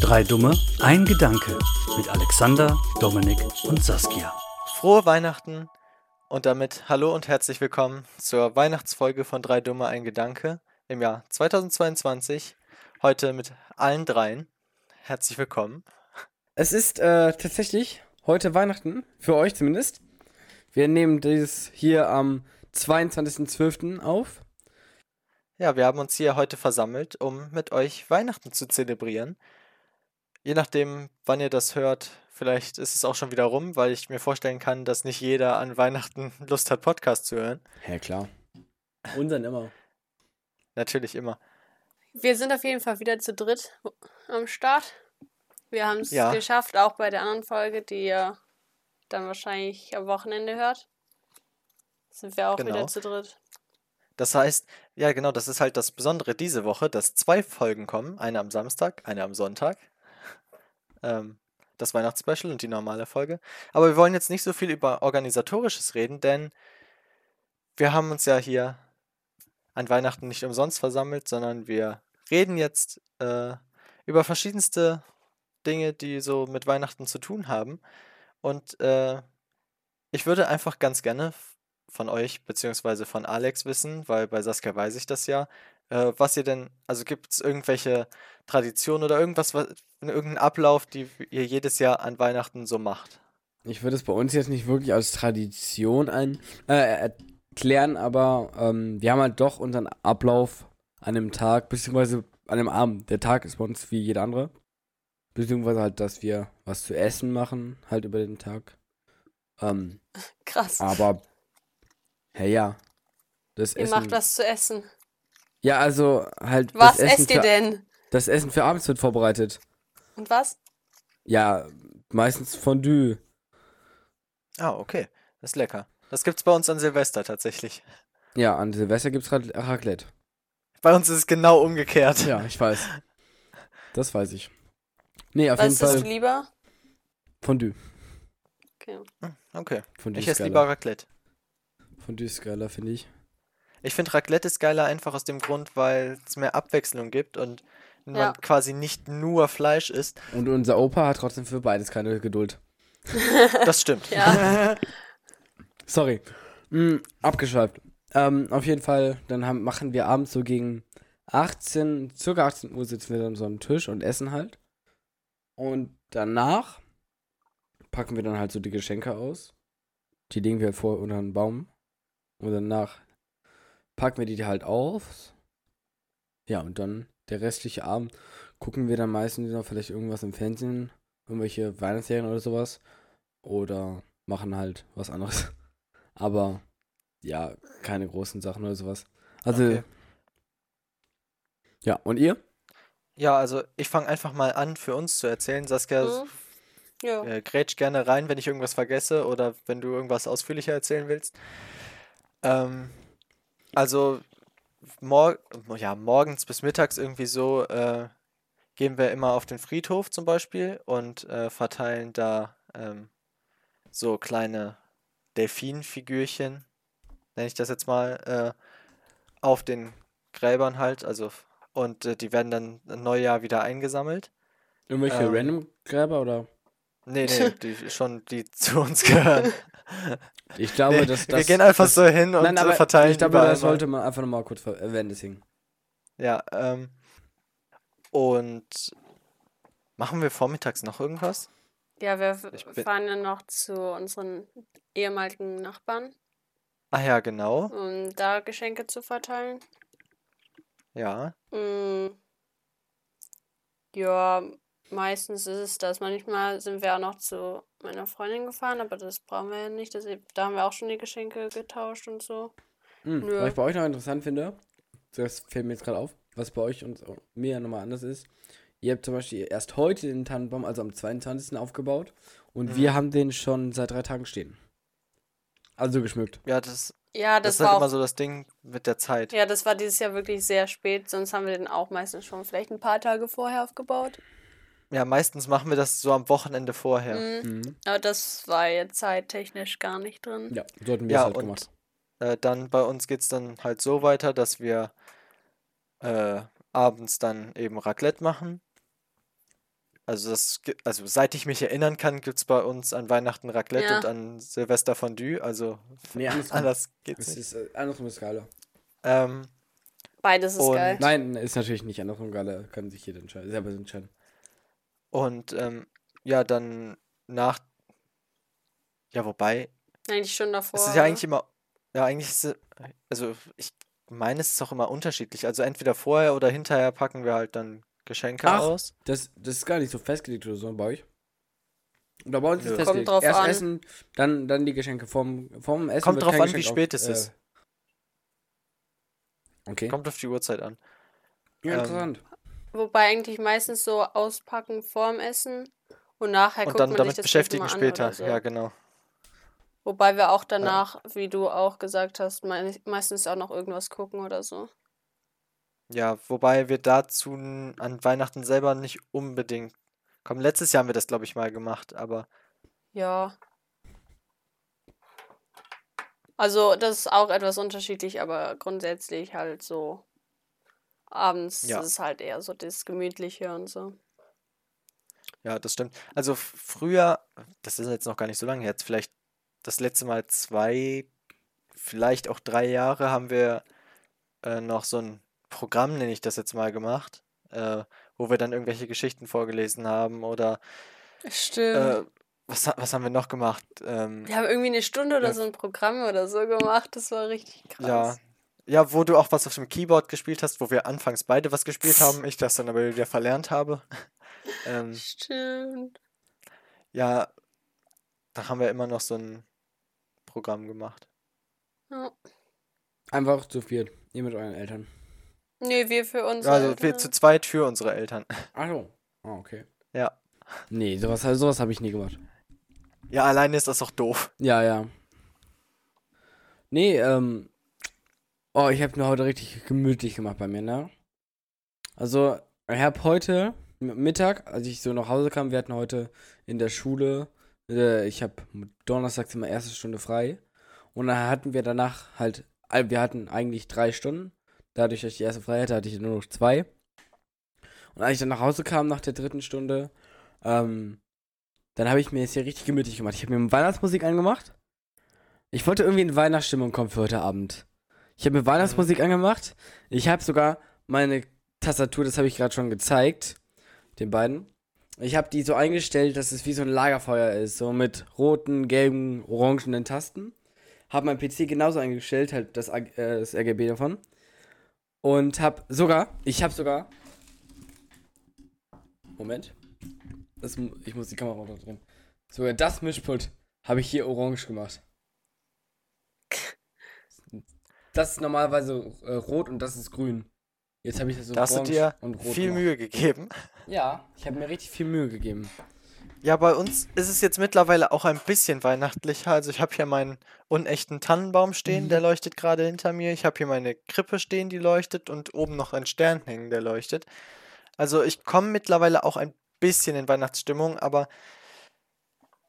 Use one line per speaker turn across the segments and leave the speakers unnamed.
Drei Dumme, ein Gedanke mit Alexander, Dominik und Saskia.
Frohe Weihnachten und damit hallo und herzlich willkommen zur Weihnachtsfolge von Drei Dumme ein Gedanke im Jahr 2022. Heute mit allen dreien. Herzlich willkommen.
Es ist äh, tatsächlich heute Weihnachten, für euch zumindest. Wir nehmen dieses hier am 22.12. auf.
Ja, wir haben uns hier heute versammelt, um mit euch Weihnachten zu zelebrieren. Je nachdem, wann ihr das hört, vielleicht ist es auch schon wieder rum, weil ich mir vorstellen kann, dass nicht jeder an Weihnachten Lust hat, Podcast zu hören.
Ja, klar. Unseren immer.
Natürlich immer.
Wir sind auf jeden Fall wieder zu dritt am Start. Wir haben es
Ja.
geschafft, auch bei der anderen Folge, die ihr dann wahrscheinlich am Wochenende hört. Sind wir auch
Genau.
wieder zu dritt.
Das heißt, ja genau, das ist halt das Besondere diese Woche, dass zwei Folgen kommen, eine am Samstag, eine am Sonntag. Ähm, das Weihnachtsspecial und die normale Folge. Aber wir wollen jetzt nicht so viel über organisatorisches reden, denn wir haben uns ja hier an Weihnachten nicht umsonst versammelt, sondern wir reden jetzt äh, über verschiedenste Dinge, die so mit Weihnachten zu tun haben. Und äh, ich würde einfach ganz gerne von euch beziehungsweise von Alex wissen, weil bei Saskia weiß ich das ja. Äh, was ihr denn, also gibt es irgendwelche Traditionen oder irgendwas, was, irgendeinen Ablauf, die ihr jedes Jahr an Weihnachten so macht?
Ich würde es bei uns jetzt nicht wirklich als Tradition ein, äh, erklären, aber ähm, wir haben halt doch unseren Ablauf an einem Tag, beziehungsweise an einem Abend. Der Tag ist bei uns wie jeder andere. Beziehungsweise halt, dass wir was zu essen machen, halt über den Tag. Ähm,
Krass.
aber, hey, ja. Das
ihr
Essen.
macht was zu essen.
Ja, also halt. das
Was
Essen
esst ihr
für-
denn?
Das Essen für abends wird vorbereitet.
Und was?
Ja, meistens Fondue.
Ah, okay. Das ist lecker. Das gibt's bei uns an Silvester tatsächlich.
Ja, an Silvester gibt's Rad- Raclette.
Bei uns ist es genau umgekehrt.
Ja, ich weiß. Das weiß ich. Nee, auf
was isst
jeden
du
Fall
lieber?
Fondue.
Okay.
Hm, Okay.
Fondue
Ich
ist
esse
geiler.
lieber Raclette.
Fondue ist geiler, finde ich.
Ich finde Raclette ist geiler einfach aus dem Grund, weil es mehr Abwechslung gibt und man
Ja.
quasi nicht nur Fleisch isst.
Und unser Opa hat trotzdem für beides keine Geduld.
Das stimmt.
Ja,
Sorry. Mm, abgeschweift. Ähm, auf jeden Fall, dann haben, machen wir abends so gegen 18, circa 18 Uhr sitzen wir dann so am Tisch und essen halt. Und danach packen wir dann halt so die Geschenke aus. Die legen wir halt vor unter einen Baum. Und danach packen wir die halt auf. Ja, und dann der restliche Abend gucken wir dann meistens noch vielleicht irgendwas im Fernsehen, irgendwelche Weihnachtsserien oder sowas. Oder machen halt was anderes. Aber ja, keine großen Sachen oder sowas. Also,
Okay.
ja, und ihr?
Ja, also ich fange einfach mal an, für uns zu erzählen. Saskia,
Also
Mhm. ja.
äh, grätsch gerne rein, wenn ich irgendwas vergesse oder wenn du irgendwas ausführlicher erzählen willst. Ähm, also mor ja, morgens bis mittags irgendwie so äh, gehen wir immer auf den Friedhof zum Beispiel und äh, verteilen da ähm, so kleine Delfinfigürchen, nenne ich das jetzt mal, äh, auf den Gräbern halt. Also und äh, die werden dann im Neujahr wieder eingesammelt.
Irgendwelche
Ähm,
random Gräber oder?
Nee, nee, die, schon die zu uns gehören.
Ich glaube,
nee,
dass das.
wir gehen einfach so hin und
nein, aber
äh, verteilen
Ich glaube,
überall
das
mal.
sollte man einfach nochmal kurz ver- äh, erwähnen, deswegen.
Ja, ähm. Und machen wir vormittags noch irgendwas?
Ja, wir f-
Ich bin-
fahren dann noch zu unseren ehemaligen Nachbarn,
Ah ja, genau.
um da Geschenke zu verteilen.
Ja.
Mm. Ja, meistens ist es das. Manchmal sind wir auch noch zu meiner Freundin gefahren, aber das brauchen wir ja nicht. Das, da haben wir auch schon die Geschenke getauscht und so.
Hm,
Nö.
Was ich bei euch noch interessant finde, das fällt mir jetzt gerade auf, was bei euch und mir ja nochmal anders ist. Ihr habt zum Beispiel erst heute den Tannenbaum, also am 22. aufgebaut und
Mhm.
wir haben den schon seit drei Tagen stehen. Also geschmückt.
Ja, das,
Ja,
das
Ah, das
ist halt
war
immer
auch,
so das Ding mit der Zeit.
ja, das war dieses Jahr wirklich sehr spät, sonst haben wir den auch meistens schon vielleicht ein paar Tage vorher aufgebaut.
Ja, meistens machen wir das so am Wochenende vorher.
Mm.
Mhm.
Aber das war jetzt zeittechnisch gar nicht drin.
Ja, so hatten wir
Ja,
es halt
und-
gemacht.
äh, dann bei uns geht es dann halt so weiter, dass wir äh, abends dann eben Raclette machen. Also, das, gi- also seit ich mich erinnern kann, gibt es bei uns an Weihnachten Raclette
Ja.
und an Silvester Fondue. Also
Nee, andersrum.
anders geht's
Es
nicht.
ist äh, andersrum ist geiler.
Ähm,
Beides ist
Und-
geil.
Nein, ist natürlich nicht andersrum geiler. Kann sich jeder entscheiden, selber entscheiden.
und ähm, ja, dann nach. Ja, wobei,
Eigentlich schon davor.
es ist ja
oder?
eigentlich immer. Ja, eigentlich ist es. Also, ich meine, es ist auch immer unterschiedlich. Also, entweder vorher oder hinterher packen wir halt dann Geschenke
Ach.
aus.
Das, das ist gar nicht so festgelegt oder so bei euch. Oder bei uns
Nö.
ist es
Kommt
festgelegt.
drauf
Erst
an.
Essen, dann, dann die Geschenke. Vorm, vorm Essen
Kommt
wird
drauf
kein
an, wie
Geschenk
spät es ist.
Äh, okay.
Kommt auf die Uhrzeit an.
ja,
ähm,
interessant.
Wobei eigentlich meistens so auspacken vorm Essen und nachher
Und
guckt
dann
man
damit
sich das
beschäftigen
Bild mal an
später.
oder so.
Ja, genau.
Wobei wir auch danach, wie du auch gesagt hast, mei- meistens auch noch irgendwas gucken oder so.
Ja, wobei wir dazu n- an Weihnachten selber nicht unbedingt kommen. Letztes Jahr haben wir das, glaube ich, mal gemacht, aber
Ja. Also, das ist auch etwas unterschiedlich, aber grundsätzlich halt so. Abends
Ja.
ist es halt eher so das Gemütliche und so.
ja, das stimmt. Also f- früher, das ist jetzt noch gar nicht so lange her, jetzt vielleicht das letzte Mal zwei, vielleicht auch drei Jahre haben wir äh, noch so ein Programm, nenne ich das jetzt mal, gemacht, äh, wo wir dann irgendwelche Geschichten vorgelesen haben oder
Stimmt.
äh, was, ha- was haben wir noch gemacht? Ähm,
wir haben irgendwie eine Stunde oder
ja.
so ein Programm oder so gemacht. Das war richtig
Ja.
krass.
Ja, wo du auch was auf dem Keyboard gespielt hast, wo wir anfangs beide was gespielt haben, ich das dann aber wieder verlernt habe. Ähm,
Stimmt.
ja, da haben wir immer noch so ein Programm gemacht.
Ja.
Einfach zu viert. Ihr mit euren Eltern.
Nee, wir für uns. halt, äh,
Also wir zu zweit für unsere Eltern.
Ach so. Ah, okay.
Ja.
Nee, sowas, sowas habe ich nie gemacht.
Ja, alleine ist das doch doof.
Ja, ja. Nee, ähm. Oh, ich habe mir heute richtig gemütlich gemacht bei mir, ne? Also, ich habe heute M- Mittag, als ich so nach Hause kam, wir hatten heute in der Schule, äh, ich habe donnerstags immer erste Stunde frei. Und dann hatten wir danach halt, äh, wir hatten eigentlich drei Stunden. Dadurch, dass ich die erste frei hatte, hatte ich nur noch zwei. Und als ich dann nach Hause kam nach der dritten Stunde, ähm, dann habe ich mir es hier richtig gemütlich gemacht. Ich habe mir Weihnachtsmusik angemacht. Ich wollte irgendwie in Weihnachtsstimmung kommen für heute Abend. Ich habe mir Weihnachtsmusik angemacht. Ich habe sogar meine Tastatur, das habe ich gerade schon gezeigt, den beiden. Ich habe die so eingestellt, dass es wie so ein Lagerfeuer ist, so mit roten, gelben, orangenen Tasten. Habe mein PC genauso eingestellt, halt das, AG äh, das RGB davon. Und habe sogar, ich habe sogar. Moment. Das, mu- ich muss die Kamera runterdrehen. Sogar das Mischpult habe ich hier orange gemacht. Das ist normalerweise äh, rot und das ist grün. Jetzt habe ich das so
Da hast du
orange
dir
und rot
viel
gemacht.
Mühe gegeben.
Ja, ich habe mir richtig viel Mühe gegeben.
Ja, bei uns ist es jetzt mittlerweile auch ein bisschen weihnachtlicher. Also ich habe hier meinen unechten Tannenbaum stehen,
Mhm.
der leuchtet gerade hinter mir. Ich habe hier meine Krippe stehen, die leuchtet und oben noch ein Stern hängen, der leuchtet. Also ich komme mittlerweile auch ein bisschen in Weihnachtsstimmung, aber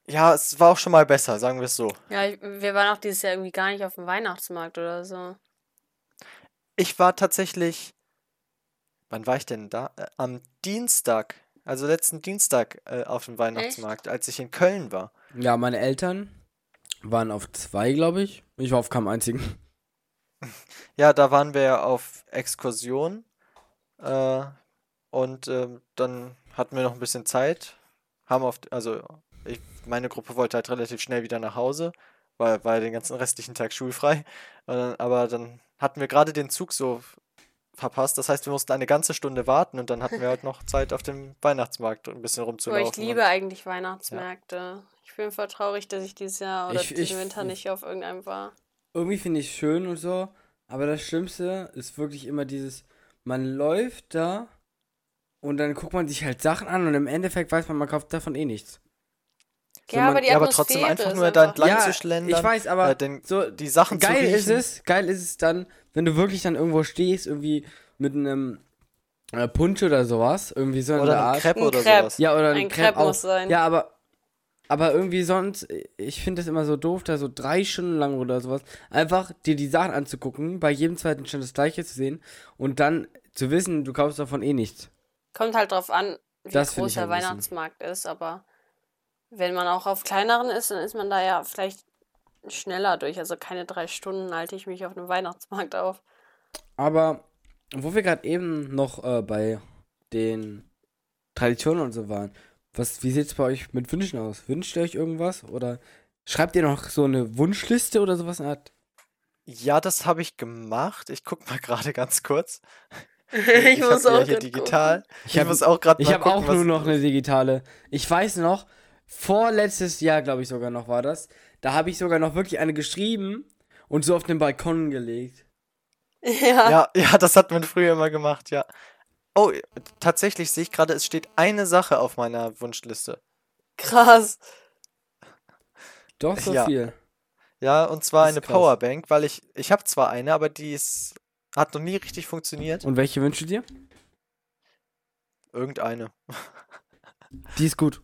ja, es war auch schon mal besser, sagen wir es so.
Ja, ich, wir waren auch dieses Jahr irgendwie gar nicht auf dem Weihnachtsmarkt oder so.
Ich war tatsächlich, wann war ich denn da? Äh, Am Dienstag, also letzten Dienstag, äh, auf dem Weihnachtsmarkt, als ich in Köln war.
Ja, meine Eltern waren auf zwei, glaube ich. Ich war auf keinem einzigen.
Ja, da waren wir ja auf Exkursion. Äh, und ähm, dann hatten wir noch ein bisschen Zeit. Haben auf, also ich, meine Gruppe wollte halt relativ schnell wieder nach Hause, weil war ja den ganzen restlichen Tag schulfrei. Und dann, aber dann hatten wir gerade den Zug so verpasst. Das heißt, wir mussten eine ganze Stunde warten und dann hatten wir halt noch Zeit auf dem Weihnachtsmarkt ein bisschen
Aber
rumzulaufen.
Oh, ich
und-
liebe eigentlich Weihnachtsmärkte. Ich bin voll traurig, dass ich dieses Jahr oder
Ich-
diesen
ich-
Winter nicht auf irgendeinem war.
irgendwie finde ich schön und so, aber das Schlimmste ist wirklich immer dieses, man läuft da und dann guckt man sich halt Sachen an und im Endeffekt weiß man, man kauft davon eh nichts. So,
ja,
man-
aber die
ja, aber
Atmosphäre
trotzdem einfach
ist
nur da entlang
Ja,
zu schlendern.
ich weiß, aber
äh, den,
so
die Sachen zu
geil ist
riechen.
es, geil ist es dann, wenn du wirklich dann irgendwo stehst, irgendwie mit einem äh, Punsch oder sowas, irgendwie so in
Oder
der
eine
Art.
Crepe
Ein
oder
Crepe.
sowas.
Ja, oder
Ein
Crepe
Crepe muss
auch.
sein.
Ja, aber, aber irgendwie sonst, ich finde das immer so doof, da so drei Stunden lang oder sowas, einfach dir die Sachen anzugucken, bei jedem zweiten Stand das gleiche zu sehen und dann zu wissen, du kaufst davon eh nichts.
Kommt halt drauf an, wie
Das find
groß
ich
der
halt ein bisschen-
Weihnachtsmarkt ist, aber wenn man auch auf kleineren ist, dann ist man da ja vielleicht schneller durch. Also keine drei Stunden halte ich mich auf einem Weihnachtsmarkt auf.
Aber wo wir gerade eben noch äh, bei den Traditionen und so waren, was, wie sieht's bei euch mit Wünschen aus? Wünscht ihr euch irgendwas? Oder schreibt ihr noch so eine Wunschliste oder sowas? in der Art?
Ja, das habe ich gemacht. Ich gucke mal gerade ganz kurz.
ich
hab ja hier digital. Ich,
hab-
muss auch gerade
Ich
mal
habe auch
gucken, was-
nur noch eine digitale. Ich weiß noch, vorletztes Jahr, glaube ich sogar noch, war das. Da habe ich sogar noch wirklich eine geschrieben und so auf den Balkon gelegt.
Ja.
Ja, ja, das hat man früher immer gemacht, ja. Oh, tatsächlich sehe ich gerade, es steht eine Sache auf meiner Wunschliste.
krass.
Doch so
Ja.
viel.
Ja, und zwar
Das ist
eine
krass.
Powerbank, weil ich, ich habe zwar eine, aber die ist, hat noch nie richtig funktioniert.
Und welche wünscht ihr dir?
Irgendeine.
Die ist gut.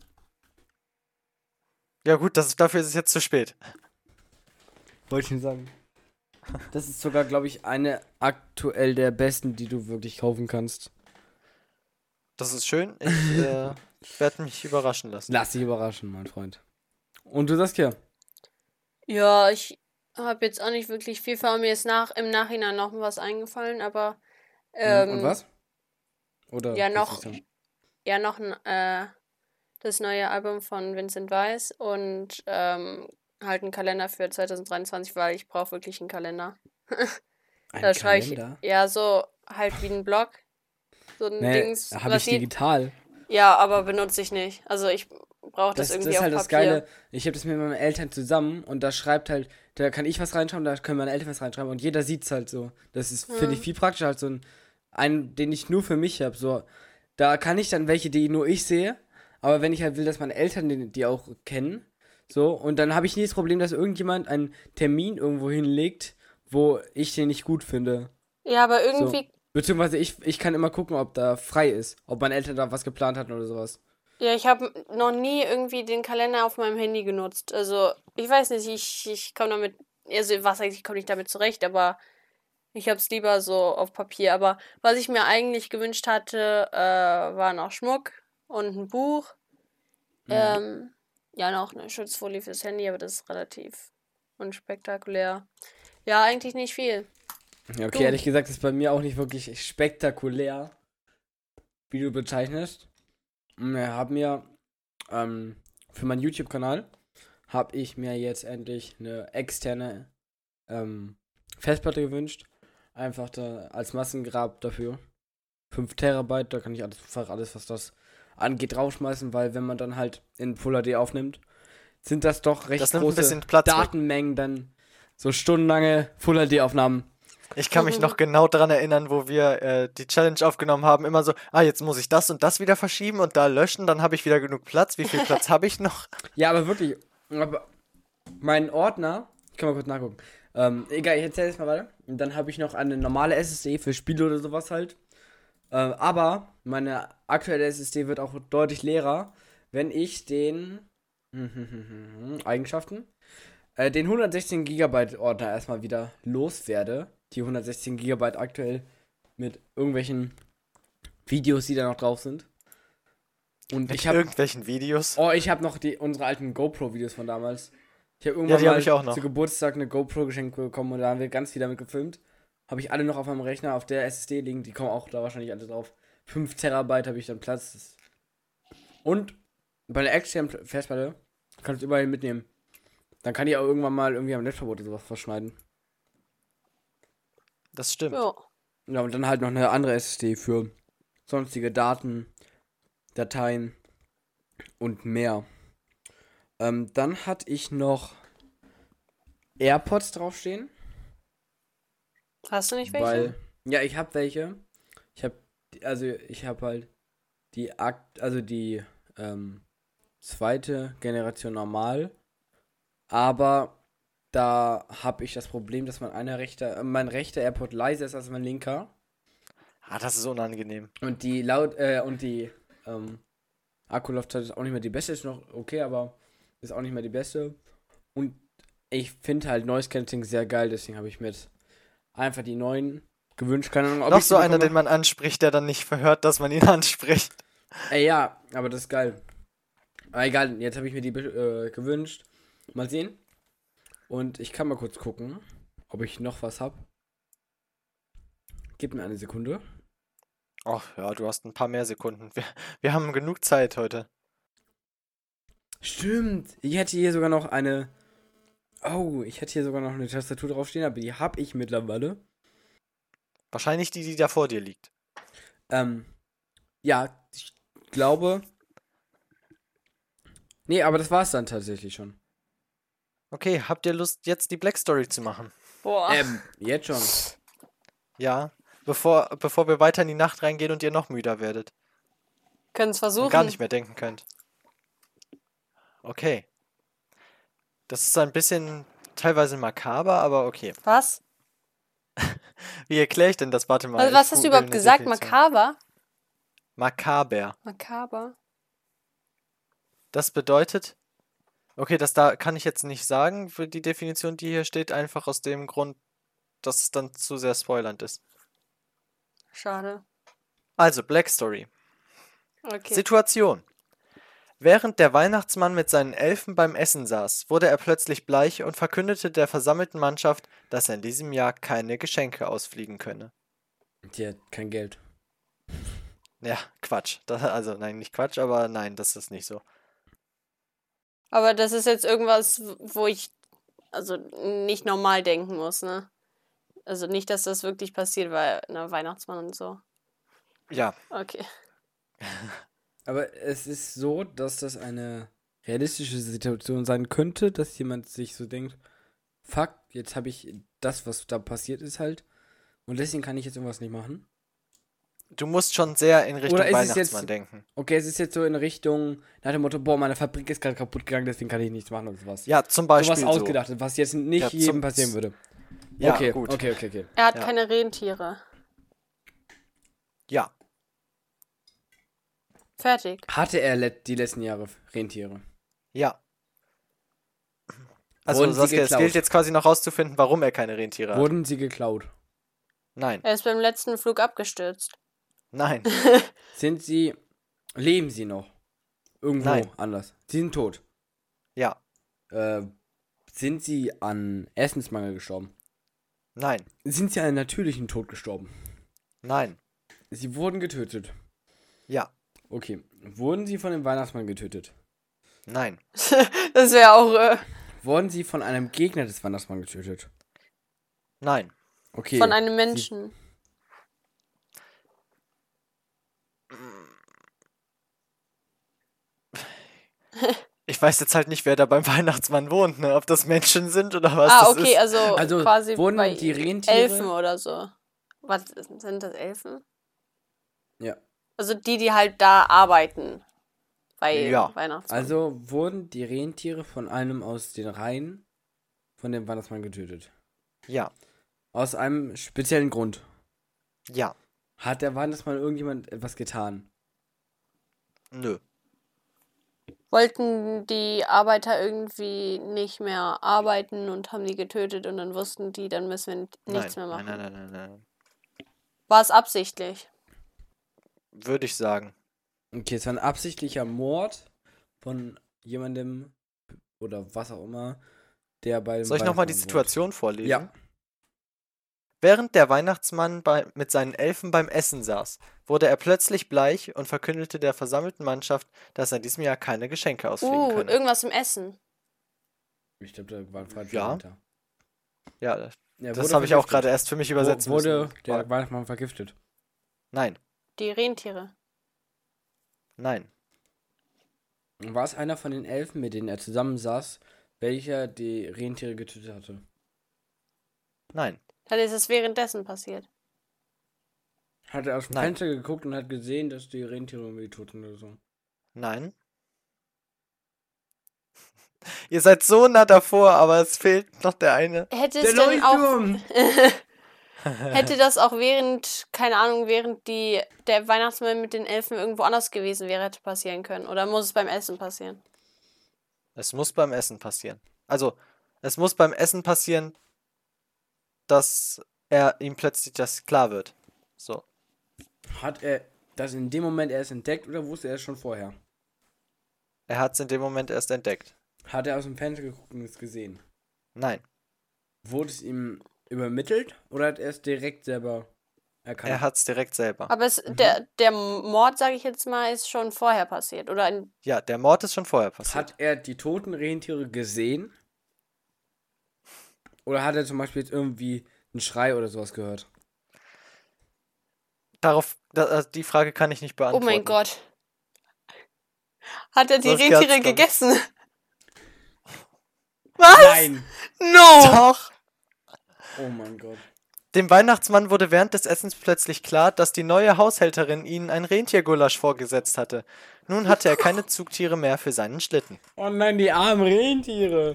Ja gut, das, dafür ist es jetzt zu spät.
Wollte ich nur sagen. Das ist sogar, glaube ich, eine aktuell der besten, die du wirklich kaufen kannst.
Das ist schön. Ich äh, werde mich überraschen lassen.
Lass dich überraschen, mein Freund. Und du Saskia?
Ja, ich habe jetzt auch nicht wirklich viel vor. Mir ist nach, im Nachhinein noch was eingefallen, aber ähm,
Hm, Und was? Oder?
ja,
willst
noch-
du's sagen?
ja noch ein, äh, das neue Album von Vincent Weiss und ähm, halt einen Kalender für 2023, weil ich brauche wirklich einen Kalender.
Ein
da schreibe ich
Kalender?
ja so halt wie ein Blog. So ein
Nee,
Dings.
habe ich
was sieht-
digital.
ja, aber benutze ich nicht. Also ich brauche
Das,
das,
das,
irgendwie
ist
auf
halt
Papier.
das Geile. Ich habe das mit meinen Eltern zusammen und da schreibt halt, da kann ich was reinschreiben, da können meine Eltern was reinschreiben und jeder sieht's halt so. Das ist, finde
Hm.
ich, viel praktischer als so ein, einen, den ich nur für mich habe. So, da kann ich dann welche, die nur ich sehe, aber wenn ich halt will, dass meine Eltern die, die auch kennen, so, und dann habe ich nie das Problem, dass irgendjemand einen Termin irgendwo hinlegt, wo ich den nicht gut finde.
Ja, aber
So.
irgendwie,
Beziehungsweise ich, ich kann immer gucken, ob da frei ist, ob meine Eltern da was geplant hatten oder sowas.
ja, ich habe noch nie irgendwie den Kalender auf meinem Handy genutzt. Also ich weiß nicht, ich, ich komme damit, also was eigentlich, ich komme nicht damit zurecht, aber ich habe es lieber so auf Papier. Aber was ich mir eigentlich gewünscht hatte, äh, war noch Schmuck und ein Buch.
Mhm.
Ähm, ja, noch eine Schutzfolie fürs Handy, aber das ist relativ unspektakulär. Ja, eigentlich nicht viel.
Ja, okay,
Du.
ehrlich gesagt ist bei mir auch nicht wirklich spektakulär, wie du bezeichnest. Wir haben mir ähm, für meinen YouTube-Kanal habe ich mir jetzt endlich eine externe ähm, Festplatte gewünscht. Einfach da als Massengrab dafür. 5 Terabyte, da kann ich alles, einfach alles, was das angeht, rausschmeißen, weil wenn man dann halt in Full HD aufnimmt, sind das doch recht
Das nimmt ein
große
bisschen Platz weg.
Datenmengen dann. So stundenlange Full HD-Aufnahmen.
Ich kann mich noch genau daran erinnern, wo wir äh, die Challenge aufgenommen haben. Immer so, ah, jetzt muss ich das und das wieder verschieben und da löschen, dann habe ich wieder genug Platz. Wie viel Platz habe ich noch?
Ja, aber wirklich. Aber mein Ordner, ich kann mal kurz nachgucken. Ähm, egal, ich erzähle jetzt mal weiter. Und dann habe ich noch eine normale SSD für Spiele oder sowas halt. Ähm, aber meine aktuelle SSD wird auch deutlich leerer, wenn ich den Eigenschaften äh, den 116 GB Ordner erstmal wieder loswerde. Die 116 GB aktuell mit irgendwelchen Videos, die da noch drauf sind. Und ich habe
Irgendwelchen Videos.
Oh, ich habe noch die, unsere alten GoPro-Videos von damals. Ich
Ja,
habe irgendwann
die hab
mal
ich auch noch.
zu Geburtstag eine GoPro geschenkt bekommen und da haben wir ganz viel damit gefilmt. Habe ich alle noch auf meinem Rechner, auf der SSD liegen. Die kommen auch da wahrscheinlich alle drauf. 5 Terabyte habe ich dann Platz. Das- Und bei der externen Pl- Festplatte kannst du überall mitnehmen. Dann kann ich auch irgendwann mal irgendwie am Laptop oder sowas verschneiden.
Das stimmt.
Ja.
Ja, und dann halt noch eine andere SSD für sonstige Daten, Dateien und mehr. Ähm, dann hatte ich noch AirPods draufstehen,
Hast du nicht welche?
weil ja, ich habe welche. Ich habe also ich habe halt die Akt, also die ähm, zweite Generation normal, aber da habe ich das Problem, dass mein einer rechter, äh, mein rechter AirPod leiser ist als mein linker.
Ah, das ist unangenehm.
Und die laut äh, und die ähm, Akkulaufzeit ist auch nicht mehr die beste, ist noch okay, aber ist auch nicht mehr die beste. Und ich finde halt Noise Cancelling sehr geil, deswegen habe ich mir jetzt einfach die neuen gewünscht. Keine Ahnung, ob
noch
ich
so
die
einer, den
bekomme.
man anspricht, der dann nicht verhört, dass man ihn anspricht.
Ey, Äh, ja, aber das ist geil. Aber egal, jetzt habe ich mir die äh, gewünscht. Mal sehen. Und ich kann mal kurz gucken, ob ich noch was habe. Gib mir eine Sekunde.
Ach Oh, ja, du hast ein paar mehr Sekunden. Wir, wir haben genug Zeit heute.
Stimmt, ich hätte hier sogar noch eine. Oh, ich hätte hier sogar noch eine Tastatur draufstehen, aber die habe ich mittlerweile.
Wahrscheinlich die, die da vor dir liegt.
Ähm, ja, ich glaube. Nee, aber das war's dann tatsächlich schon.
Okay, habt ihr Lust, jetzt die Black Story zu machen?
Boah.
Ähm, jetzt schon.
Ja, bevor, bevor wir weiter in die Nacht reingehen und ihr noch müder werdet
Können es versuchen.
und gar nicht mehr denken könnt. Okay. Das ist ein bisschen teilweise makaber, aber okay.
Was?
Wie erkläre ich denn das? Warte mal.
Also,
ich
was hast du
google
überhaupt
eine
gesagt?
Definition.
Makaber?
Makaber.
Makaber.
Das bedeutet. Okay, das da kann ich jetzt nicht sagen für die Definition, die hier steht, einfach aus dem Grund, dass es dann zu sehr spoilernd ist.
Schade.
Also, Black Story.
Okay.
Situation. Während der Weihnachtsmann mit seinen Elfen beim Essen saß, wurde er plötzlich bleich und verkündete der versammelten Mannschaft, dass er in diesem Jahr keine Geschenke ausfliegen könne.
Die hat kein Geld.
Ja, Quatsch. Das, also, nein, nicht Quatsch, aber nein, das ist nicht so.
Aber das ist jetzt irgendwas, wo ich also nicht normal denken muss, ne? Also nicht, dass das wirklich passiert, weil ne, Weihnachtsmann und so.
Ja,
Okay.
Aber es ist so, dass das eine realistische Situation sein könnte, dass jemand sich so denkt, fuck, jetzt habe ich das, was da passiert ist halt. Und deswegen kann ich jetzt irgendwas nicht machen.
du musst schon sehr in Richtung
Oder ist es jetzt-
Weihnachtsmann denken.
Okay, es ist jetzt so in Richtung, nach dem Motto, boah, meine Fabrik ist gerade kaputt gegangen, deswegen kann ich nichts machen und sowas.
Ja, zum
sowas
Beispiel. so.
ausgedacht, was jetzt nicht
Ja, zum-
jedem passieren würde.
Ja,
okay,
gut.
okay, okay, okay.
Er hat
Ja.
keine Rentiere.
Ja,
Fertig.
Hatte er let die letzten Jahre Rentiere?
ja. Also,
Wurden sie
Saskia, es
geklaut?
gilt jetzt quasi noch rauszufinden, warum er keine Rentiere hat.
Wurden sie geklaut?
Nein,
Er ist beim letzten Flug abgestürzt.
nein,
Sind sie. Leben sie noch? Irgendwo
Nein.
anders. Sie sind tot.
ja,
Äh, sind sie an Essensmangel gestorben?
nein,
Sind sie an einem natürlichen Tod gestorben?
nein,
Sie wurden getötet.
ja,
Okay. Wurden sie von dem Weihnachtsmann getötet?
nein,
Das wäre auch. Äh,
Wurden sie von einem Gegner des Weihnachtsmann getötet?
nein.
Okay.
Von einem Menschen.
Ich weiß jetzt halt nicht, wer da beim Weihnachtsmann wohnt, ne? Ob das Menschen sind oder was
ah,
das
okay,
ist.
also,
Also,
quasi
wurden
bei
die Rentiere-
Elfen oder so. Was ist- sind das Elfen?
Ja.
Also die, die halt da arbeiten. Bei
Ja.
Weihnachtsmann.
Also wurden die Rentiere von einem aus den Reihen von dem Weihnachtsmann getötet?
also
Ja,
Aus einem speziellen Grund.
ja,
Hat der Weihnachtsmann irgendjemand etwas getan?
nö.
Wollten die Arbeiter irgendwie nicht mehr arbeiten und haben die getötet und dann wussten die, dann müssen wir n- nichts
nein,
mehr machen.
Nein, nein, nein, nein, nein.
War es absichtlich?
Würde ich sagen.
Okay, es war ein absichtlicher Mord von jemandem oder was auch immer, der bei dem
Soll ich nochmal die
Weihnachtsmann wohnt.
Situation vorlesen?
Ja.
Während der Weihnachtsmann bei, mit seinen Elfen beim Essen saß, wurde er plötzlich bleich und verkündete der versammelten Mannschaft, dass er in diesem Jahr keine Geschenke ausfliegen
Uh,
könne.
irgendwas im Essen.
Ich glaube, da war ein Freund
Ja.
dahinter.
Ja, das-
Er
das
wurde
habe ich auch
vergiftet.
gerade erst für mich übersetzen
Wo- Wurde
müssen.
der Weihnachtsmann vergiftet?
Nein,
Die Rentiere.
nein,
War es einer von den Elfen, mit denen er zusammensaß, welcher die Rentiere getötet hatte?
nein,
Dann ist es währenddessen passiert.
Hat er aus dem
Nein.
Fenster geguckt und hat gesehen, dass die Rentiere irgendwie tot sind oder so.
nein. Ihr seid so nah davor, aber es fehlt noch der eine.
Hätte es dann auch. Hätte das auch während, keine Ahnung, während die, der Weihnachtsmann mit den Elfen irgendwo anders gewesen wäre, hätte passieren können. Oder muss es beim Essen passieren?
Es muss beim Essen passieren. Also, es muss beim Essen passieren, dass er ihm plötzlich das klar wird. So.
Hat er Dass in dem Moment er es entdeckt oder wusste er es schon vorher?
Er hat es in dem Moment erst entdeckt.
Hat er aus dem Fenster geguckt und es gesehen?
Nein,
Wurde es ihm übermittelt oder hat er es direkt selber erkannt?
er hat es direkt selber.
Aber es, der, der Mord, sage ich jetzt mal, ist schon vorher passiert. Oder in,
Ja, der Mord ist schon vorher passiert.
Hat er die toten Rentiere gesehen? Oder hat er zum Beispiel jetzt irgendwie einen Schrei oder sowas gehört?
Darauf, da, also die Frage kann ich nicht
oh
beantworten.
mein Gott. Hat er die
Das ist
Rentiere
ganz dumm.
gegessen? Was?
Nein!
No!
Doch!
Oh mein Gott.
Dem Weihnachtsmann wurde während des Essens plötzlich klar, dass die neue Haushälterin ihnen ein Rentiergulasch vorgesetzt hatte. Nun hatte er keine Zugtiere mehr für seinen Schlitten.
Oh nein, die armen Rentiere!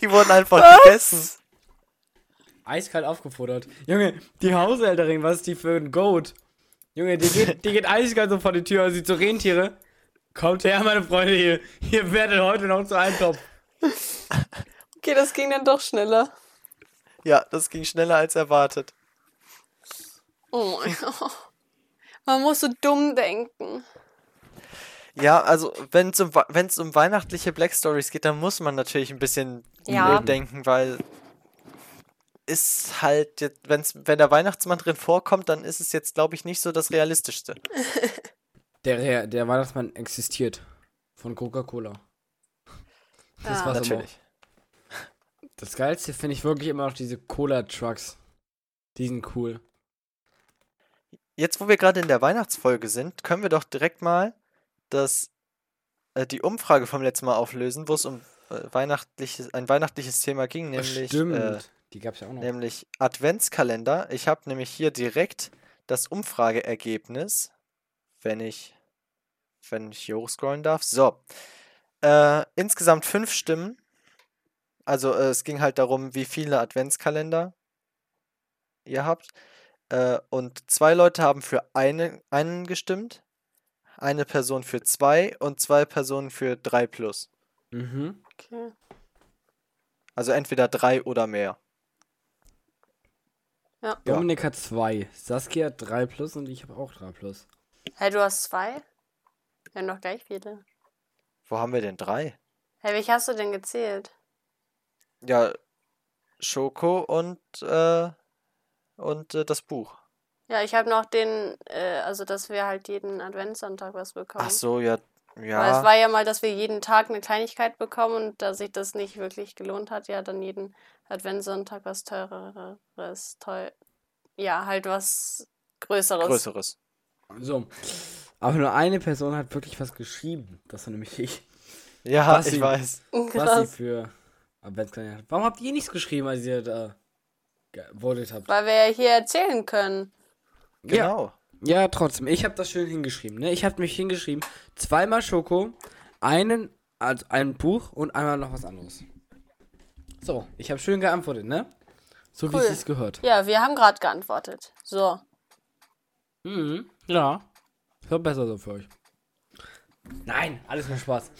Die wurden einfach gegessen.
Eiskalt aufgefuttert. Junge, die Haushälterin, was ist die für ein Goat? Junge, die geht, die geht eiskalt so vor die Tür, sieht so Rentiere. Kommt her, meine Freunde, ihr, ihr werdet heute noch zu einem Topf.
Okay, das ging dann doch schneller.
Ja, das ging schneller als erwartet.
Oh mein Gott. Man muss so dumm denken.
Ja, also wenn es um, Wa- wenn's um weihnachtliche Black Stories geht, dann muss man natürlich ein bisschen
Ja.
denken, weil ist halt, jetzt- wenn's, wenn der Weihnachtsmann drin vorkommt, dann ist es jetzt, glaube ich, nicht so das Realistischste.
Der, Re- der Weihnachtsmann existiert. Von Coca-Cola. Das war's
Ah.
aber auch.
Natürlich.
Das Geilste finde ich wirklich immer noch diese Cola-Trucks. Die sind cool.
Jetzt, wo wir gerade in der Weihnachtsfolge sind, können wir doch direkt mal das, äh, die Umfrage vom letzten Mal auflösen, wo es um äh, weihnachtliches, ein weihnachtliches Thema ging, nämlich
Stimmt.
äh,
die gab's ja auch noch.
nämlich Adventskalender. Ich habe nämlich hier direkt das Umfrageergebnis, wenn ich, wenn ich hier hochscrollen darf. So, äh, insgesamt fünf Stimmen. Also äh, es ging halt darum, wie viele Adventskalender ihr habt. Äh, und zwei Leute haben für eine, einen gestimmt, eine Person für zwei und zwei Personen für drei plus.
Mhm.
Okay.
Also entweder drei oder mehr. Ja.
Dominik hat 2, Saskia 3 plus und ich habe auch 3 plus.
Hä, du hast zwei? Wir haben doch gleich viele.
Wo haben wir denn drei?
Hä, welche hast du denn gezählt?
Ja, Schoko und, äh, und äh, das Buch.
Ja, ich habe noch den, äh, also dass wir halt jeden Adventssonntag was bekommen.
Ach so, ja,
Weil es
ja.
war ja mal, dass wir jeden Tag eine Kleinigkeit bekommen und da sich das nicht wirklich gelohnt hat, ja, dann jeden Adventssonntag was teureres, teuer, ja, halt was Größeres.
Größeres.
So. Aber nur eine Person hat wirklich was geschrieben. Das war nämlich ich.
Ja,
Basti.
ich weiß.
Was sie
Oh, Krass.
für Adventskalender hat. Warum habt ihr nichts geschrieben, als ihr da gevotet habt?
Weil wir ja hier erzählen können.
Ja.
Genau.
Ja, trotzdem. Ich habe das schön hingeschrieben. Ne? Ich habe mich hingeschrieben. Zweimal Schoko, einen, also ein Buch und einmal noch was anderes. So, ich habe schön geantwortet, ne? So wie
Cool.
es sich gehört.
Ja, wir haben gerade geantwortet. So.
Mhm, ja. Das wird besser so für euch. Nein, alles nur Spaß.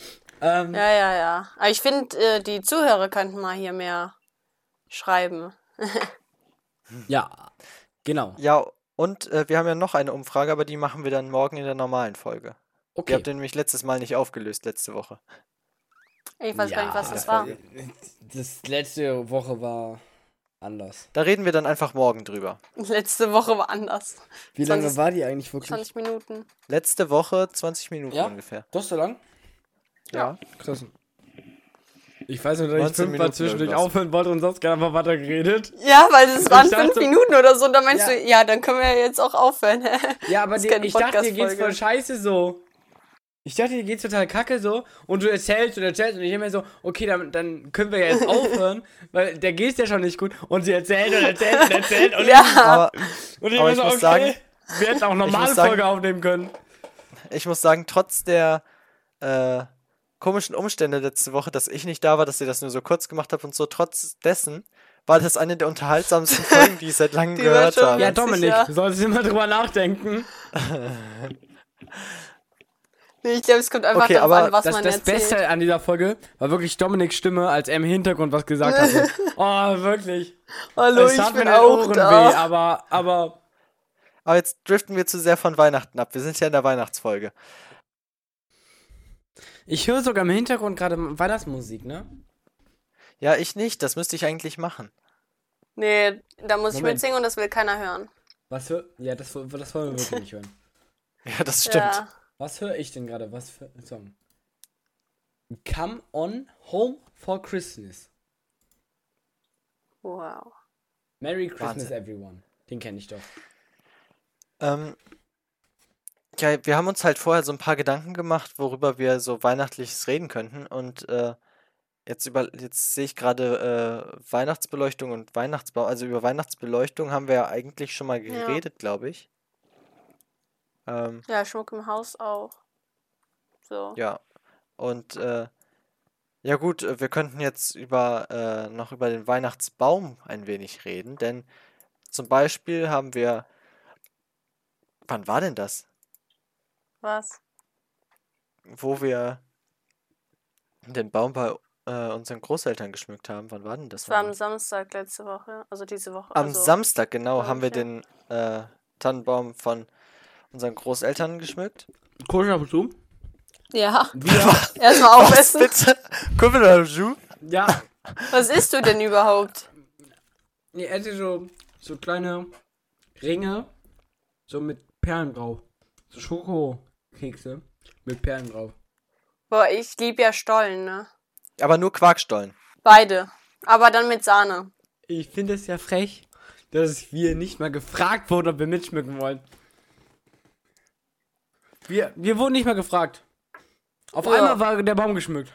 Ähm,
Ja, ja, ja. Aber ich finde, äh, die Zuhörer könnten mal hier mehr schreiben.
ja, genau.
Ja, und äh, wir haben ja noch eine Umfrage, aber die machen wir dann morgen in der normalen Folge. Ihr
Okay.
habt den nämlich letztes Mal nicht aufgelöst, letzte Woche.
Ich weiß gar
Ja,
nicht, was das war.
Das letzte Woche war anders.
Da reden wir dann einfach morgen drüber.
Letzte Woche war anders.
Wie
20
lange war die eigentlich wirklich?
20 Minuten.
Letzte Woche 20 Minuten
Ja.
ungefähr.
Doch so lang?
Ja.
Krass. Ich weiß nicht, dass
19
ich fünfmal
Minuten
zwischendurch
irgendwas.
aufhören wollte und sonst gar einfach weiter geredet.
Ja, weil es waren fünf
dachte-
Minuten oder so. Und dann meinst
Ja.
du, ja, dann können wir ja jetzt auch aufhören.
Ja, aber
Das ist
dir-
keine
ich dachte, dir geht's
Podcast-Folge.
voll scheiße so. Ich dachte, dir geht's total kacke so. Und du erzählst und erzählst und ich immer so, okay, dann, dann können wir ja jetzt aufhören, weil der geht's ja schon nicht gut. Und sie erzählt und erzählt und erzählt und,
ja.
Aber
und ich
aber
immer
ich
so,
muss
okay,
sagen-
wir hätten auch normale
sagen-
Folge aufnehmen können.
ich muss sagen, trotz der äh, komischen Umstände letzte Woche, dass ich nicht da war, dass ihr das nur so kurz gemacht habt und so, trotz dessen war das eine der unterhaltsamsten Folgen, die ich seit langem
Die war
gehört
schon
habe.
Ja,
Witzig,
Dominik,
ja.
du solltest immer drüber nachdenken.
Nee, ich glaube, es kommt einfach
Okay,
darauf
aber
an, was
Das,
man
das
erzählt.
Beste an dieser Folge war wirklich Dominiks Stimme, als er im Hintergrund was gesagt hat. So, oh, wirklich.
Hallo,
es
ich
tat mir in
bin
den
auch
Ohren weh,
da.
aber, aber
Aber jetzt driften wir zu sehr von Weihnachten ab. Wir sind ja in der Weihnachtsfolge.
Ich höre sogar im Hintergrund gerade Weihnachtsmusik, ne?
Ja, ich nicht. Das müsste ich eigentlich machen.
Nee, da muss ich
Moment.
mitsingen und das will keiner hören.
Was hör. Ja, das, wo- das wollen wir wirklich nicht hören.
Ja, das stimmt.
Ja.
Was höre ich denn gerade? Was für ein Song? Come on Home for Christmas.
Wow.
Merry Christmas,
Wahnsinn.
everyone. Den kenne ich doch.
Ähm, ja, wir haben uns halt vorher so ein paar Gedanken gemacht, worüber wir so weihnachtliches reden könnten. Und äh, jetzt über jetzt sehe ich gerade äh, Weihnachtsbeleuchtung und Weihnachtsbau. Also über Weihnachtsbeleuchtung haben wir ja eigentlich schon mal
Ja.
geredet, glaube ich. Ähm,
Ja, Schmuck im Haus auch. So.
Ja, und äh, ja gut, äh, wir könnten jetzt über äh, noch über den Weihnachtsbaum ein wenig reden, denn zum Beispiel haben wir, wann war denn das,
Was?
wo wir den Baum bei äh, unseren Großeltern geschmückt haben? Wann war denn das
Das war am
nochmal?
Samstag letzte Woche. Also diese Woche.
Am
also,
Samstag, genau,
glaub
haben wir
ich, ja.
den äh, Tannenbaum von unseren Großeltern geschmückt.
Koscher Blumen?
Ja.
Wir?
Erstmal
Was
aufessen.
bitte? Guck mal, Ju.
ja.
Was isst du denn überhaupt?
Nee, er hatte so, so kleine Ringe. So mit Perlen drauf. So Schokokekse mit Perlen drauf.
Boah, ich liebe ja Stollen, ne?
Aber nur Quarkstollen.
Beide. Aber dann mit Sahne.
Ich finde es ja frech, dass wir nicht mal gefragt wurden, ob wir mitschmücken wollen. Wir, wir wurden nicht mal gefragt. Auf
Ja.
einmal war der Baum geschmückt.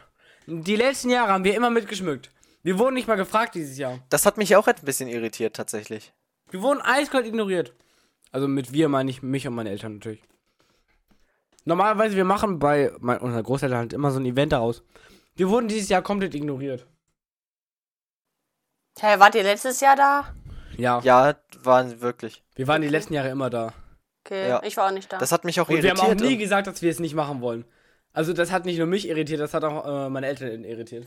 Die letzten Jahre haben wir immer mitgeschmückt. Wir wurden nicht mal gefragt dieses Jahr.
Das hat mich auch ein bisschen irritiert, tatsächlich.
Wir wurden eiskalt ignoriert. Also mit wir meine ich mich und meine Eltern natürlich. Normalerweise, wir machen bei mein, unserer Großeltern halt immer so ein Event daraus. Wir wurden dieses Jahr komplett ignoriert.
Hä, wart ihr letztes Jahr da?
Ja,
Ja, waren wirklich.
wir waren die letzten Jahre immer da.
Okay,
Ja.
ich war auch nicht da.
Das hat mich auch
Und wir
irritiert. ne?
haben auch nie
und-
gesagt, dass wir es nicht machen wollen. Also das hat nicht nur mich irritiert, das hat auch äh, meine Eltern irritiert.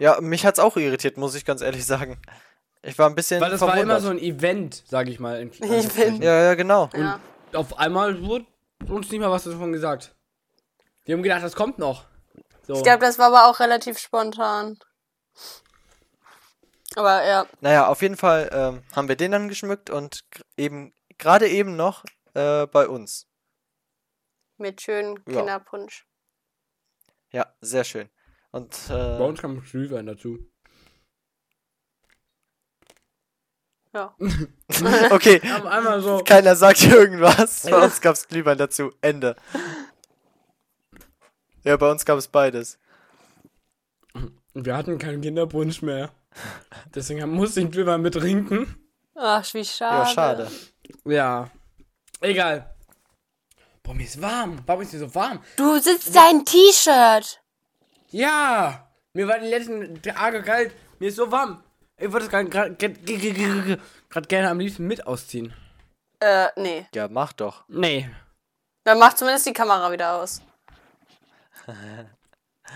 ja, mich hat's auch irritiert, muss ich ganz ehrlich sagen. Ich war ein bisschen
Weil das war
verwundert.
immer so ein Event, sage ich mal. In
Event.
ja, ja, genau.
ja.
Auf einmal wurde uns nicht mal was davon gesagt. Wir haben gedacht, das kommt noch. So.
Ich glaube, das war aber auch relativ spontan. Aber ja,
Naja, auf jeden Fall ähm, haben wir den dann geschmückt und gr- eben gerade eben noch äh, bei uns.
mit schönen
Ja.
Kinderpunsch.
Ja, sehr schön. Und äh,
Bei uns kam Glühwein dazu.
Ja.
okay,
Auf einmal so.
keiner sagt irgendwas. Bei uns gab's Glühwein dazu. Ende. Ja, bei uns gab's beides.
Wir hatten keinen Kinderpunsch mehr. Deswegen musste ich Glühwein mittrinken.
Ach, wie schade.
Ja, schade.
Ja. Egal. Boah, mir ist warm. Warum ist mir so warm?
Du sitzt da in T-Shirt.
Ja! Mir war die letzten Tage kalt. Mir ist so warm. Ich würde es gerade gerne am liebsten mit ausziehen.
Äh, nee.
Ja, mach doch.
Nee.
Dann mach zumindest die Kamera wieder aus.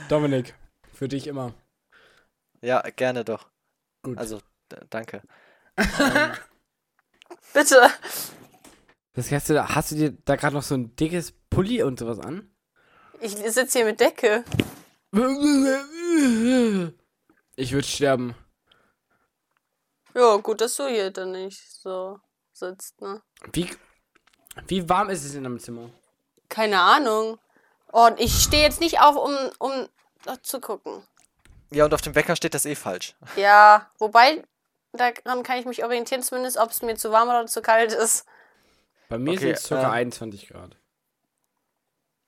Dominik, für dich immer.
Ja, gerne doch.
Gut.
Also, d- danke.
Bitte.
Das hast du, hast du dir da gerade noch so ein dickes Pulli und sowas an?
Ich sitze hier mit Decke.
Ich würde sterben.
Ja, gut, dass du hier dann nicht so sitzt, ne?
Wie, wie warm ist es in deinem Zimmer?
Keine Ahnung. Oh, Und ich stehe jetzt nicht auf, um, um noch zu gucken.
Ja, und auf dem Wecker steht das eh falsch.
Ja, wobei, daran kann ich mich orientieren, zumindest, ob es mir zu warm oder zu kalt ist.
Bei mir
Okay,
sind es ca.
äh,
21 Grad.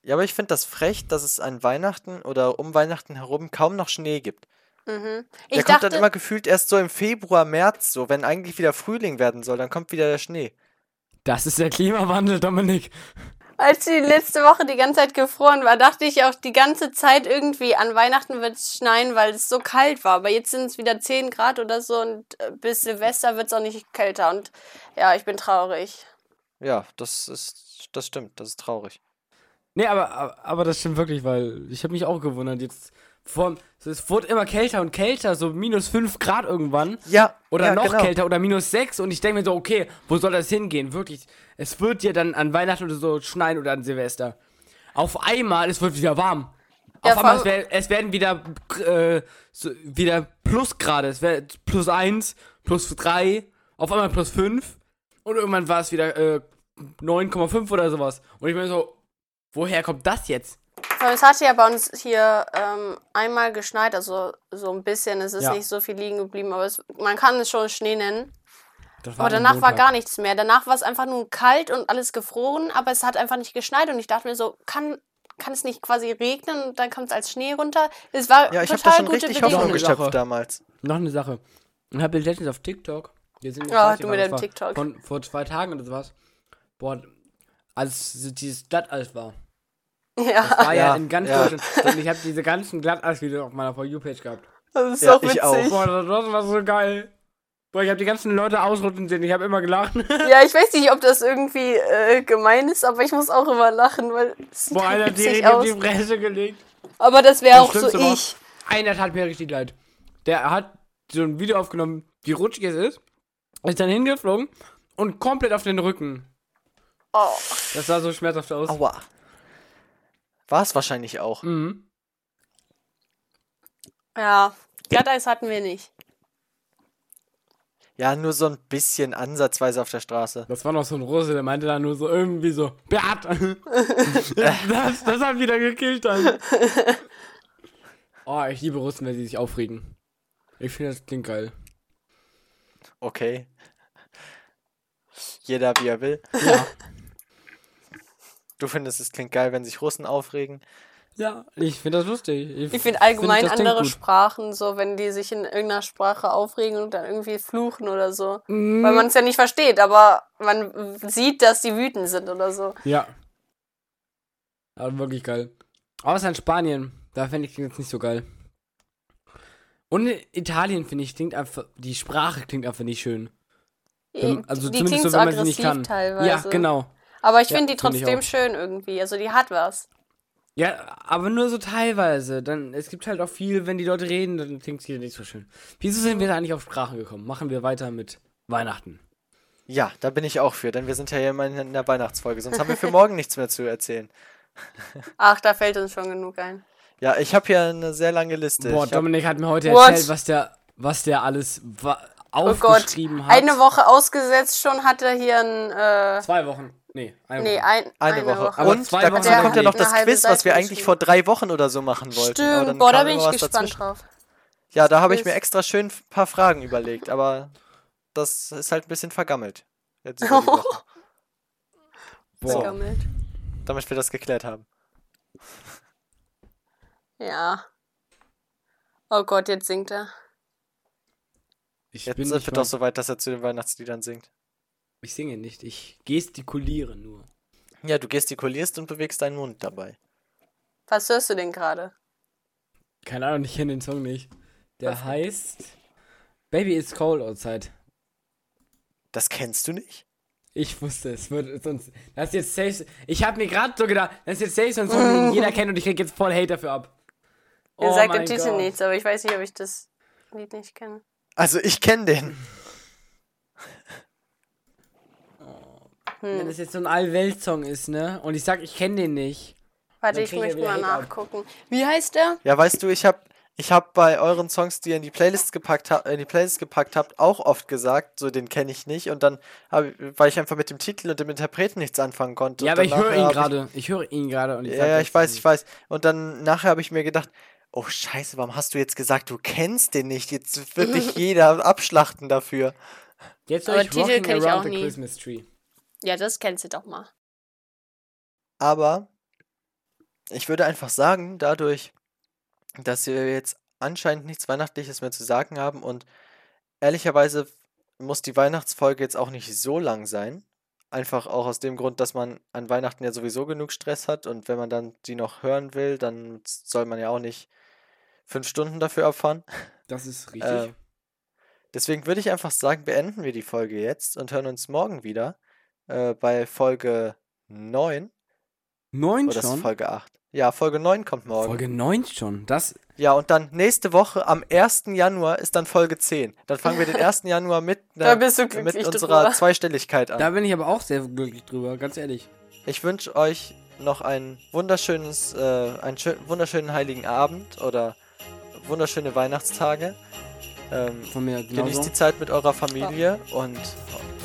Ja, aber ich finde das frech, dass es an Weihnachten oder um Weihnachten herum kaum noch Schnee gibt.
Mhm.
Der
Ich
kommt
dachte,
dann immer gefühlt erst so im Februar, März, so, wenn eigentlich wieder Frühling werden soll, dann kommt wieder der Schnee.
Das ist der Klimawandel, Dominik.
als die letzte Woche die ganze Zeit gefroren war, dachte ich auch die ganze Zeit irgendwie, an Weihnachten wird es schneien, weil es so kalt war. Aber jetzt sind es wieder 10 Grad oder so und äh, bis Silvester wird es auch nicht kälter. Und ja, ich bin traurig.
Ja, das ist, das stimmt, das ist traurig.
Nee, aber, aber das stimmt wirklich, weil ich habe mich auch gewundert. Jetzt Vor allem, so, es wurde immer kälter und kälter, so minus 5 Grad irgendwann.
Ja.
Oder
ja,
noch
genau.
kälter oder minus 6. Und ich denke mir so, okay, wo soll das hingehen? Wirklich, es wird ja dann an Weihnachten oder so schneien oder an Silvester. Auf einmal, es wird wieder warm.
Ja,
Auf einmal, es,
vor allem-
wer- es werden wieder, äh, so, wieder Plusgrade. Es wäre plus 1, plus 3, auf einmal plus 5. Und irgendwann war es wieder äh, 9,5 oder sowas. Und ich bin so, woher kommt das jetzt?
Vor allem, Es hat ja bei uns hier ähm, einmal geschneit, also so ein bisschen. Es ist
Ja.
nicht so viel liegen geblieben, aber es, man kann es schon Schnee nennen.
Das
Aber
am
danach war
Montag.
gar nichts mehr. Danach war es einfach nur kalt und alles gefroren, aber es hat einfach nicht geschneit. Und ich dachte mir so, kann, kann es nicht quasi regnen und dann kommt es als Schnee runter? Es war
Ja, ich habe da
total
schon
gute
richtig Hoffnung
Bedingungen.
Bedingungen.
geschöpft
Sache.
damals.
Noch eine Sache. Ich habe letztens auf TikTok. Wir sind
Ja,
jetzt
Ah, du
fertig,
mit
aber das
deinem
war
TikTok.
Von, vor zwei Tagen oder sowas. Boah, als so dieses Glatteis war.
Ah, Ja,
War ja,
Ja,
in ganz
ja.
Deutschland. Und ich habe diese ganzen Glatteis-Videos auf meiner For You-Page gehabt.
das ist
Ja,
so
ich auch.
witzig.
Boah, das, das war so geil. Boah, ich habe die ganzen Leute ausrutschen sehen. Ich habe immer gelacht.
Ja, ich weiß nicht, ob das irgendwie äh, gemein ist, aber ich muss auch immer lachen, weil es sieht
Boah,
halt
Alter, die
witzig
Rede auf
aus.
die Fresse gelegt.
Aber das wäre
Das
auch so
Schlimmste war-
ich.
Einer tat mir richtig leid. Der hat so ein Video aufgenommen, wie rutschig es ist. Ist dann hingeflogen und komplett auf den Rücken.
Oh.
Das sah so schmerzhaft aus.
Aua. War es wahrscheinlich auch.
Mhm.
Ja, Glatteis hatten wir nicht.
Ja, nur so ein bisschen ansatzweise auf der Straße.
Das war noch so ein Russe, der meinte da nur so irgendwie so, Beat! das, das hat wieder gekillt dann. Oh, ich liebe Russen, wenn sie sich aufregen. Ich finde, das klingt geil.
Okay. Jeder wie er will.
Ja,
Du findest, es klingt geil, wenn sich Russen aufregen.
ja ich finde das lustig.
Ich finde allgemein
das klingt
andere
gut.
Sprachen so, wenn die sich in irgendeiner Sprache aufregen und dann irgendwie fluchen oder so.
Mm.
Weil man es ja nicht versteht, aber man sieht, dass die wütend sind oder so.
Ja. Aber wirklich geil. Außer in Spanien. Da finde ich klingt jetzt nicht so geil. Und in Italien finde ich, klingt einfach, die Sprache klingt einfach nicht schön. Wenn- Also
Äh, die
zumindest
klingt
so,
so
wenn man sie
aggressiv
nicht kann.
teilweise.
Ja, genau.
Aber ich
Ja,
finde die
find ich
trotzdem
auch.
schön irgendwie. Also die hat was.
Ja, aber nur so teilweise. Dann, es gibt halt auch viel, wenn die Leute reden, dann klingt es wieder nicht so schön. Wieso sind wir da eigentlich auf Sprachen gekommen? Machen wir weiter mit Weihnachten.
Ja, da bin ich auch für, denn wir sind ja hier immer in der Weihnachtsfolge. Sonst haben wir für morgen nichts mehr zu erzählen.
Ach, da fällt uns schon genug ein.
Ja, ich habe hier eine sehr lange Liste.
Boah,
ich hab,
Dominik hat mir heute
What?
erzählt, was der, was der alles wa-
Oh Gott.
aufgeschrieben hat.
Eine Woche ausgesetzt schon hat er hier ein. Äh,
Zwei Wochen. Nee, eine
nee,
Woche.
ein,
eine, Woche.
Aber
Und
zwei
da
Wochen
kommt
hat er
ja noch
eine
das
halbe
Quiz, was wir
Seite
eigentlich
geschrieben.
vor drei Wochen oder so machen wollten. aber
Stimmt,
dann
boah, da
kam
bin
immer
ich
was
gespannt
dazwischen.
drauf.
Ja, da habe ich mir
Quiz.
extra schön ein paar Fragen überlegt, aber das ist halt ein bisschen vergammelt. Jetzt über die Woche,
Boah.
Vergammelt.
damit wir das geklärt haben.
Ja. Oh Gott, jetzt singt er.
Ich
Jetzt
bin
sind
nicht
wir
mal-
doch so weit, dass er zu den Weihnachtsliedern singt.
Ich singe nicht, ich gestikuliere nur.
Ja, du gestikulierst und bewegst deinen Mund dabei.
Was hörst du denn gerade?
Keine Ahnung, ich kenne den Song nicht. Der heißt Baby It's Cold Outside.
Das kennst du nicht?
Ich wusste, es würde sonst. Das ist jetzt safe. Ich habe mir gerade so gedacht, das ist jetzt safe so ein Song, den jeder kennt und ich krieg jetzt voll Hate dafür ab.
Ihr sagt
Oh mein
den Titel
Gott.
nichts, aber ich weiß nicht, ob ich das Lied nicht kenne.
Also ich kenne den.
Hm.
Wenn das jetzt so ein Allweltsong ist, ne? Und ich sag, ich kenne den nicht.
Warte,
Dann
ich
kriegen wir
möchte
wieder
mal
Hate ab.
nachgucken. Wie heißt der?
Ja, weißt du, ich habe ich hab bei euren Songs, die ihr in die Playlist gepackt, ha in die Playlist gepackt habt, auch oft gesagt, so den kenne ich nicht. Und dann, hab, weil ich einfach mit dem Titel und dem Interpreten nichts anfangen konnte.
ja,
Und
aber ich
dann
höre
nachher
ihn
hab ich-
gerade. Ich höre ihn gerade und ich
Ja,
sag
ja,
jetzt-
ich weiß, ich weiß. Und dann nachher habe ich mir gedacht, oh Scheiße, warum hast du jetzt gesagt, du kennst den nicht? Jetzt wird dich jeder abschlachten dafür.
Jetzt
Aber
höre ich
Titel
Rocking
kenn ich
Around
auch
the
nie.
Christmas Tree.
Ja, das kennst du doch mal.
Aber ich würde einfach sagen, dadurch, dass wir jetzt anscheinend nichts Weihnachtliches mehr zu sagen haben und ehrlicherweise muss die Weihnachtsfolge jetzt auch nicht so lang sein. Einfach auch aus dem Grund, dass man an Weihnachten ja sowieso genug Stress hat und wenn man dann die noch hören will, dann soll man ja auch nicht fünf Stunden dafür opfern.
Das ist richtig.
Äh, Deswegen würde ich einfach sagen, beenden wir die Folge jetzt und hören uns morgen wieder äh, bei Folge 9
Neun
oder ist es
schon?
Folge 8? Ja, Folge 9 kommt morgen.
Folge 9 schon. Das.
Ja, und dann nächste Woche am 1. Januar ist dann Folge 10. Dann fangen wir den 1. Januar mit,
Da bist du
mit
glücklich
unserer
drüber.
Zweistelligkeit an.
Da bin ich aber auch sehr glücklich drüber, ganz ehrlich.
Ich wünsche euch noch ein wunderschönes, äh, einen schö wunderschönen heiligen Abend oder wunderschöne Weihnachtstage. Ähm,
Von mir
genießt
genauso.
die Zeit mit eurer Familie und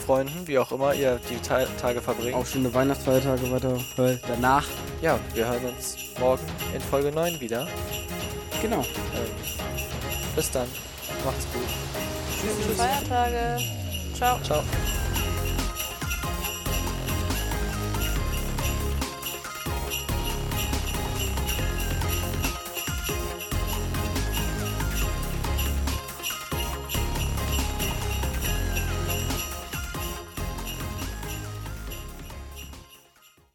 Freunden, wie auch immer ihr die Ta Tage verbringt.
Auch schöne Weihnachtsfeiertage weiter. weil Danach.
Ja, wir hören uns morgen in Folge 9 wieder.
Genau.
Ähm, bis dann. Macht's gut.
Schöne Feiertage. Ciao.
Ciao.